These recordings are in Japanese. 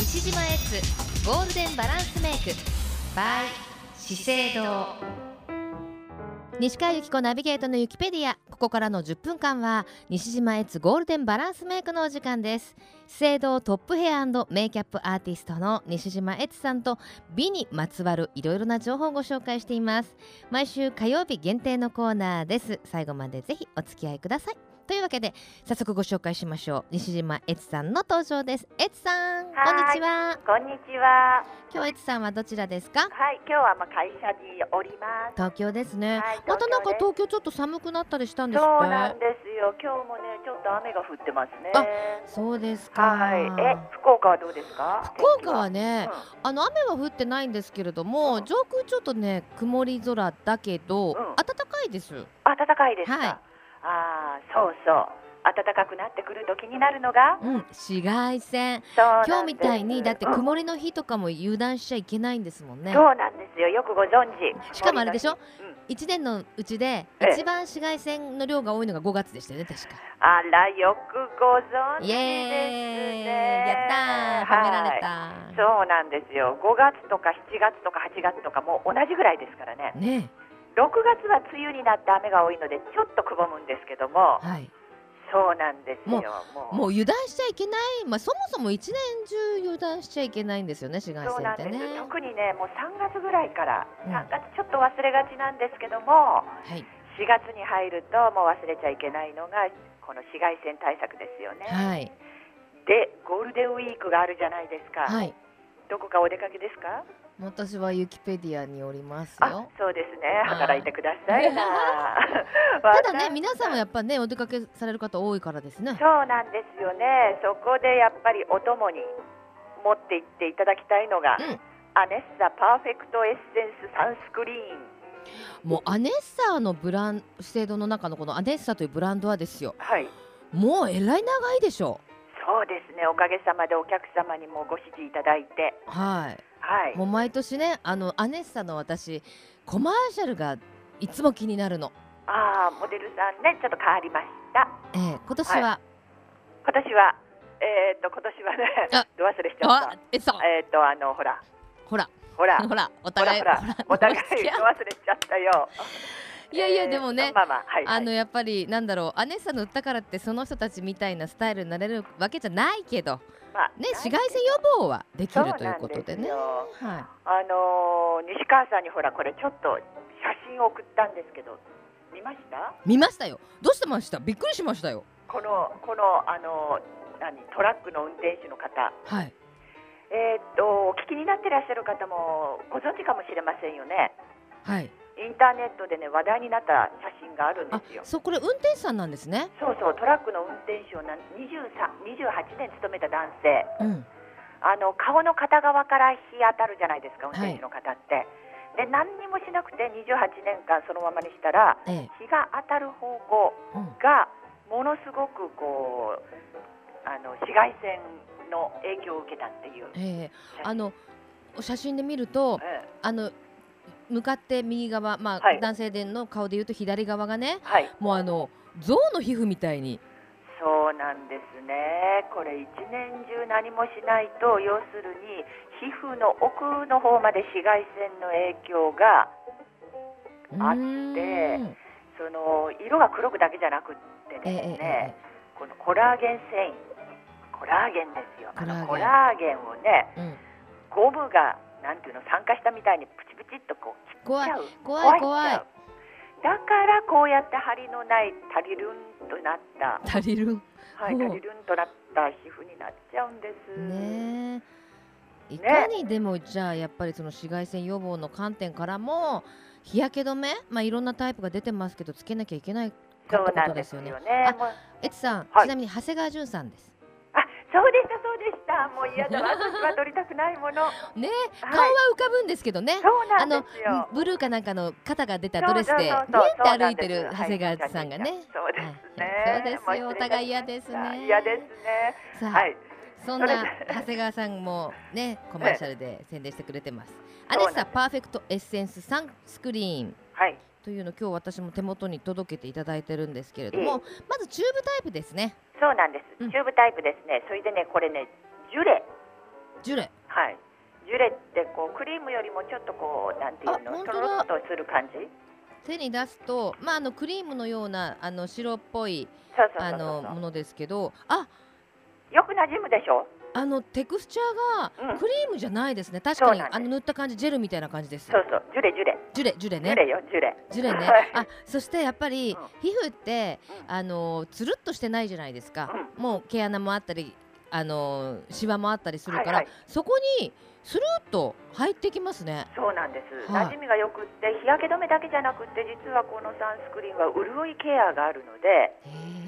西島エッツゴールデンバランスメイク by 資生堂西川由紀子ナビゲートのユキペディアここからの10分間は西島エッツゴールデンバランスメイクのお時間です資生堂トップヘアメイキャップアーティストの西島エッツさんと美にまつわるいろいろな情報をご紹介しています毎週火曜日限定のコーナーです最後までぜひお付き合いくださいというわけで早速ご紹介しましょう西島エツさんの登場ですエツさんこんにちはこんにちは。今日エツさんはどちらですかはい、今日はまあ会社におります。東京ですね、はいまたなんか東東京ちょっと寒くなったりしたんですってそうなんですよ。今日もね、ちょっと雨が降ってますね。そうですか、はい。え、福岡はどうですか？福岡はね天気あの雨は降ってないんですけれども、うん上空ちょっとね曇り空だけど、ん暖かいですは、うん暖かいですか？はいああ、そうそう。暖かくなってくると気になるのが、うん紫外線そうな今日んですみたいにだってうん曇りの日とかも油断しちゃいけないんですもんねそうなんですよ。よくご存知。しかもあれでしょうん。一年のうちでええ一番紫外線の量が多いのが5月でしたよね確かあら、よくご存知イですエーイね。やったー褒はめられい。たそうなんですよ。5月とか7月とか8月とかもう同じぐらいですからね。ね6月は梅雨になって雨が多いのでちょっとくぼむんですけどもえはいそうなんですよももうもう油断しちゃいけないまあそもそも一年中油断しちゃいけないんですよね紫外そ線うっなんてですね特にねもう3月ぐらいからうん3月ちょっと忘れがちなんですけどはもい4月に入るともう忘れちゃいけないのがこの紫外線対策ですよね、はいでゴールデンウィークがあるじゃないですか、はいどこかお出かけですか私はユキペディアにおりますあよそうですねはい働いてくださいな ただね私皆さんはやっぱねお出かけされる方多いからですねそうなんですよね。そこでやっぱりお供に持って行っていただきたいのが、うんアネッサパーフェクトエッセンスサンスクリーン。もうアネッサーのブラン資生堂の中のこのアネッサというブランドはですよはい。もうえらい長いでしょそうですね。おかげさまでお客様にもご支持いただいて、はいはい。もう毎年ねあのアネッサの私コマーシャルがいつも気になるの、ああモデルさんねちょっと変わりました。ええ今年は、今年はえー、っと今年はあね、ど忘れしちゃっあた。えそうえー、っとあのほらほらほら。ほらおほら互いほら、お互いお付き合い忘れちゃったよ。いやいやえーでもねまあまあ、はい、はい。あのやっぱりなんだろうアネッサの歌からってその人たちみたいなスタイルになれるわけじゃないけどまあね紫外線予防はできるということでねそうなんですはいあのー西川さんにほらこれちょっと写真を送ったんですけど見ました見ましたよどうしてましたびっくりしましたよこのこのあのー何トラックの運転手の方はいえーっとお聞きになってらっしゃる方もご存知かもしれませんよねはいインターネットでね話題になった写真があるんあですよそうこれ運転手さんなんですねそうそうトラックの運転手をなん23 28年勤めた男性うんあの顔の片側から日当たるじゃないですか運転手の方って、で何にもしなくて28年間そのままにしたらええ日が当たる方向うんがものすごくこうあの紫外線の影響を受けたっていうええあの写真で見るとええあの向かって右側、まあはい男性での顔で言うと左側がねはいもうあの象の皮膚みたいにそうなんですねこれ一年中何もしないと要するに皮膚の奥の方まで紫外線の影響がうあってーんその色が黒くだけじゃなくってええですえね、このコラーゲン繊維コラーゲンですよあのココララーゲンをねえええうんゴムがなんていうの酸化したみたいにプチプチっとこう怖いちゃう怖い壊し怖ちいゃうだからこうやって張りのないタリルンとなった、足りるはい、ほうタリルンとなった皮膚になっちゃうんです。ねえいかにでもじゃあやっぱりその紫外線予防の観点からも日焼け止めまあいろんなタイプが出てますけどつけなきゃいけないそかっうてこなとんでですすよよねね。あもうえつさん、はいちなみに長谷川潤さんですあ、そうでしたそうでした。もう 嫌だわ。私は撮りたくないもの。ねは、顔はい浮かぶんですけどねそうあなのんですよ。ブルーかなんかの肩が出たドレスでそうねそうってそうそう歩いてる長谷川さんがね。そうなんですはいはそいうですよもお互い嫌ですね嫌ですね。さあ、はい。そんなそれで長谷川さんもねコマーシャルで宣伝してくれてます。アネッそうなんサですパーフェクトエッセンスサンスクリーンはい。というの今日私も手元に届けていただいてるんですけれども、まずチューブタイプですね。そうなんです。うんチューブタイプですね。それでね、これね、ジュレ。ジュレはいジュレってこうクリームよりもちょっとこうなんていうあの本と当ろだっとする感じ手に出すと、まあ、あのクリームのようなあの白っぽいそうそうあそうのそうものですけどあよくなじむでしょあのテクスチャーうがんクリームじゃないですね、確かにそうなんですあの塗った感じジェルみたいな感じですそうそうジュレジュレ、ジュレジュレジュねレよジュレジュレねはいあそしてやっぱりうん皮膚ってうんあのつるっとしてないじゃないですか、もう毛穴もあったりあのシワもあったりするから、はいはいそこにスルーッと入ってきますねそうなんです、はい馴染みがよくって日焼け止めだけじゃなくって実はこのサンスクリーンは潤いケアがあるのでへ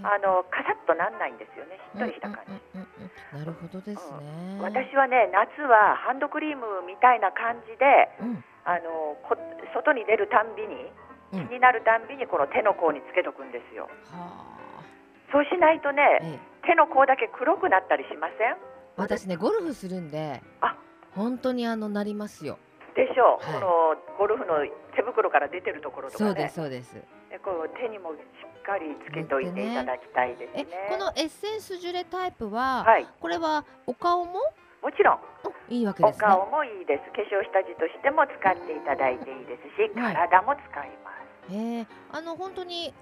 あのカサッとなんないんですよねしっとりした感じ、うんうんうんうんなるほどですね、私はね夏はハンドクリームみたいな感じでうんあのこ外に出るたんびにうん気になるたんびにこの手の甲につけとくんですよはあそうしないとねええ手の甲だけ黒くなったりしません私ねゴルフするんであ本当にあのなりますよでしょう、はいこのゴルフの手袋から出てるところとそかうでねすそうですでこう手にもしっかりつけておいていただきたいですえねこのエッセンスジュレタイプは、はいこれはお顔ももちろんおいいわけおですね顔もいいです化粧下地としても使っていただいていいですしはい体も使いますへえあの本当に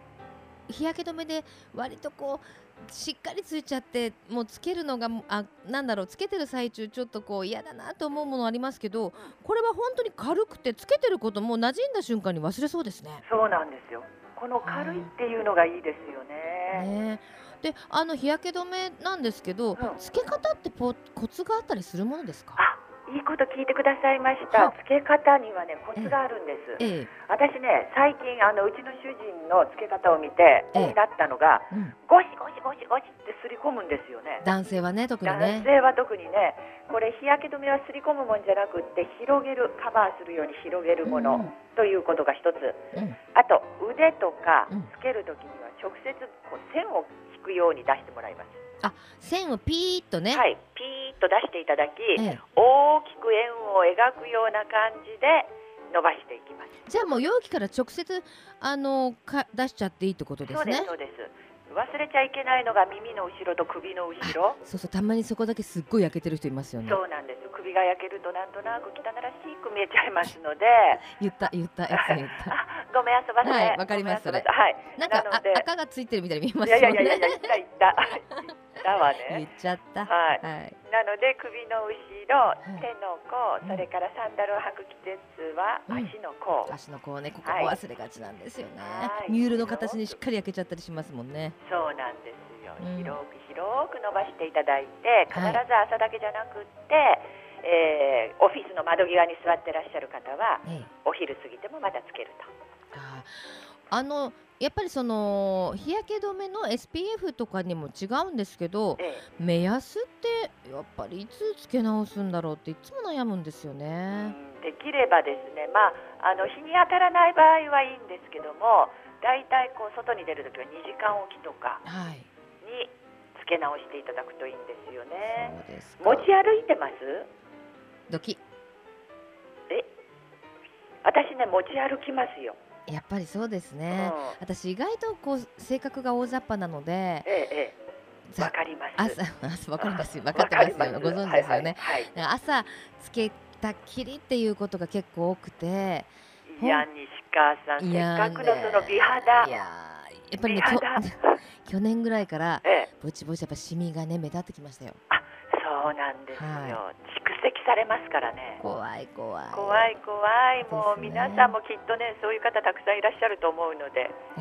日焼け止めで割とこうしっかりついちゃってもうつけるのがあなんだろうつけてる最中ちょっとこう嫌だなと思うものありますけどこれは本当に軽くてつけてることもう馴染んだ瞬間に忘れそうですね。そうなんですよこの軽いっていうのがいいですよね、ねえであの日焼け止めなんですけど、うんつけ方ってポコツがあったりするものですかあいいこと聞いてくださいましたはつけ方にはねコツがあるんですええ私ね最近あのうちの主人のつけ方を見て気ええになったのがうん、ゴシゴシゴシゴシってすり込むんですよね男性はね特に男ね。性は特にねこれ日焼け止めはすり込むもんじゃなくって広げるカバーするように広げるもの、ということが一つうんうんあと腕とかうんつけるときには直接こう線を引くように出してもらいます、線をピーッとね、はい、ピーッと出していただき、ええ大きく円を描くような感じで伸ばしていきますじゃあもう容器から直接あのか出しちゃっていいってことでそうすでねす。そうです忘れちゃいけないのが耳の後ろと首の後ろそうそうたまにそこだけすっごい焼けてる人いますよね。そうなんです首が焼けるとなんとなく汚らしく見えちゃいますので言った言ったやつ言った。あごめん遊ばせはいわかりますごめん遊ばせはい なんかなのであ赤がついてるみたいに見えまいすやよいやいやいね。や言った言った言ったわ言っねちゃった。はいはい。なので首の後ろい手の甲うんそれからサンダルを履く季節はうん足の甲、足のこうねここはいも忘れがちなんですよねは。いニュールの形にしっかり焼けちゃったりしますもんね。そうなんですよ、うん広く広く伸ばしていただいて必ずはい朝だけじゃなくって、えーオフィスの窓際に座ってらっしゃる方はええお昼過ぎてもまたつけるとあーあのやっぱりその日焼け止めの SPF とかにも違うんですけど、ええ目安ってやっぱりいつつけ直すんだろうっていつも悩むんですよね。うんできればですね、まあ、あの日に当たらない場合はいいんですけども大体こう外に出るときは2時間おきとかはい。につけ直していただくといいんですよねそうですか持ち歩いてますドキ。え私ね持ち歩きますよ、やっぱりそうですうんね。私意外とこう性格が大雑把なので、ええええざわかります朝朝わかり ますよ。わかってますよ。ご存知ですよね。はいはいだから朝つけたっきりっていうことが結構多くて、はい、いや西川さん、いせやっねかくのその美い肌やーやっぱりね美肌きょ 去年ぐらいからええぼちぼちやっぱシミがね目立ってきましたよ。そうなんですよ、は蓄積されますからね怖い怖い。怖い怖いもうですね皆さんもきっとねそういう方たくさんいらっしゃると思うのでえ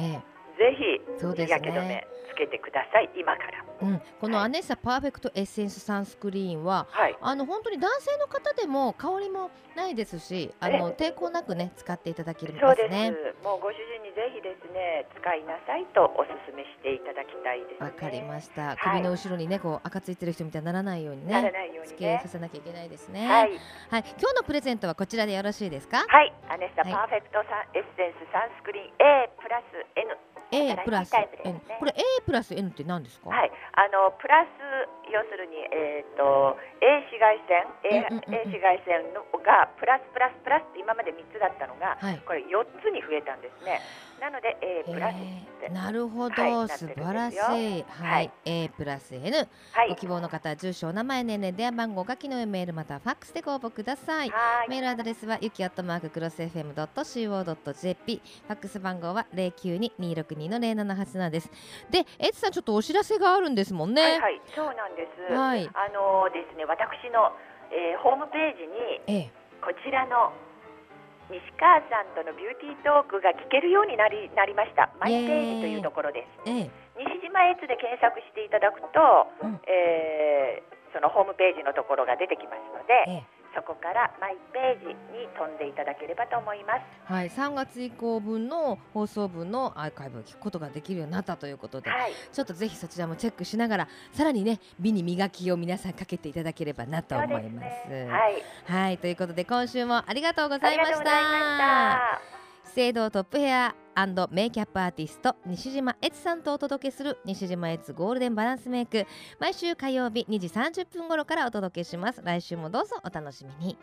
ぜひそうで日すね焼け止めつけてください今からえうん、このはいアネッサパーフェクトエッセンスサンスクリーンははいあの本当に男性の方でも香りもないですしあのえ抵抗なくね使っていただけそうまですね。もうご主人にぜひですね使いなさいとお勧めしていただきたいですねわかりましたい首の後ろにねこう赤ついてる人みたいにならないようにならねないようつにけねさせなきゃいけないですね。ははいい、今日のプレゼントはこちらでよろしいですか。はいアネッサはいパーフェクトサンエッセンスサンスクリーン A プラス N A プラス新しいタイプです N ねこれ A プラス N って何ですか。はい、あのプラス要するに、えー、と A 紫外線 A, うんうんうん A 紫外線のがプラスプラスプラスって今まで3つだったのが、はいこれ4つに増えたんですねなので A プラスえーなるほど、はい素晴らしいなってるんはい、はい A プラス N はいご希望の方は住所お名前年齢電話番号が記のメールまたはファックスでご応募くださいはいメールアドレスはゆきアットマーククロス FM.co.jp ファックス番号は092-262-0787ですでエツさんちょっとお知らせがあるんですもんねはいはい、そうなんです。はいあのですね、私の、えーホームページにええこちらの西川さんとのビューティートークが聞けるようになりなりました。マイページというところです。ええ西島エッツで検索していただくと、うんえーそのホームページのところが出てきますので、ええそこからマイページに飛んでいただければと思います。はい、3月以降分の放送分のアーカイブを聞くことができるようになったということで、はい、ちょっとぜひそちらもチェックしながらさらにね美に磨きを皆さんかけていただければなと思そういます。ですねはい、はいということで今週もありがとうござあいりまがしとうた。ございました。資生堂トップヘアメイキャップアーティスト西島悦さんとお届けする西島悦ゴールデンバランスメイク毎週火曜日2時30分頃からお届けします来週もどうぞお楽しみに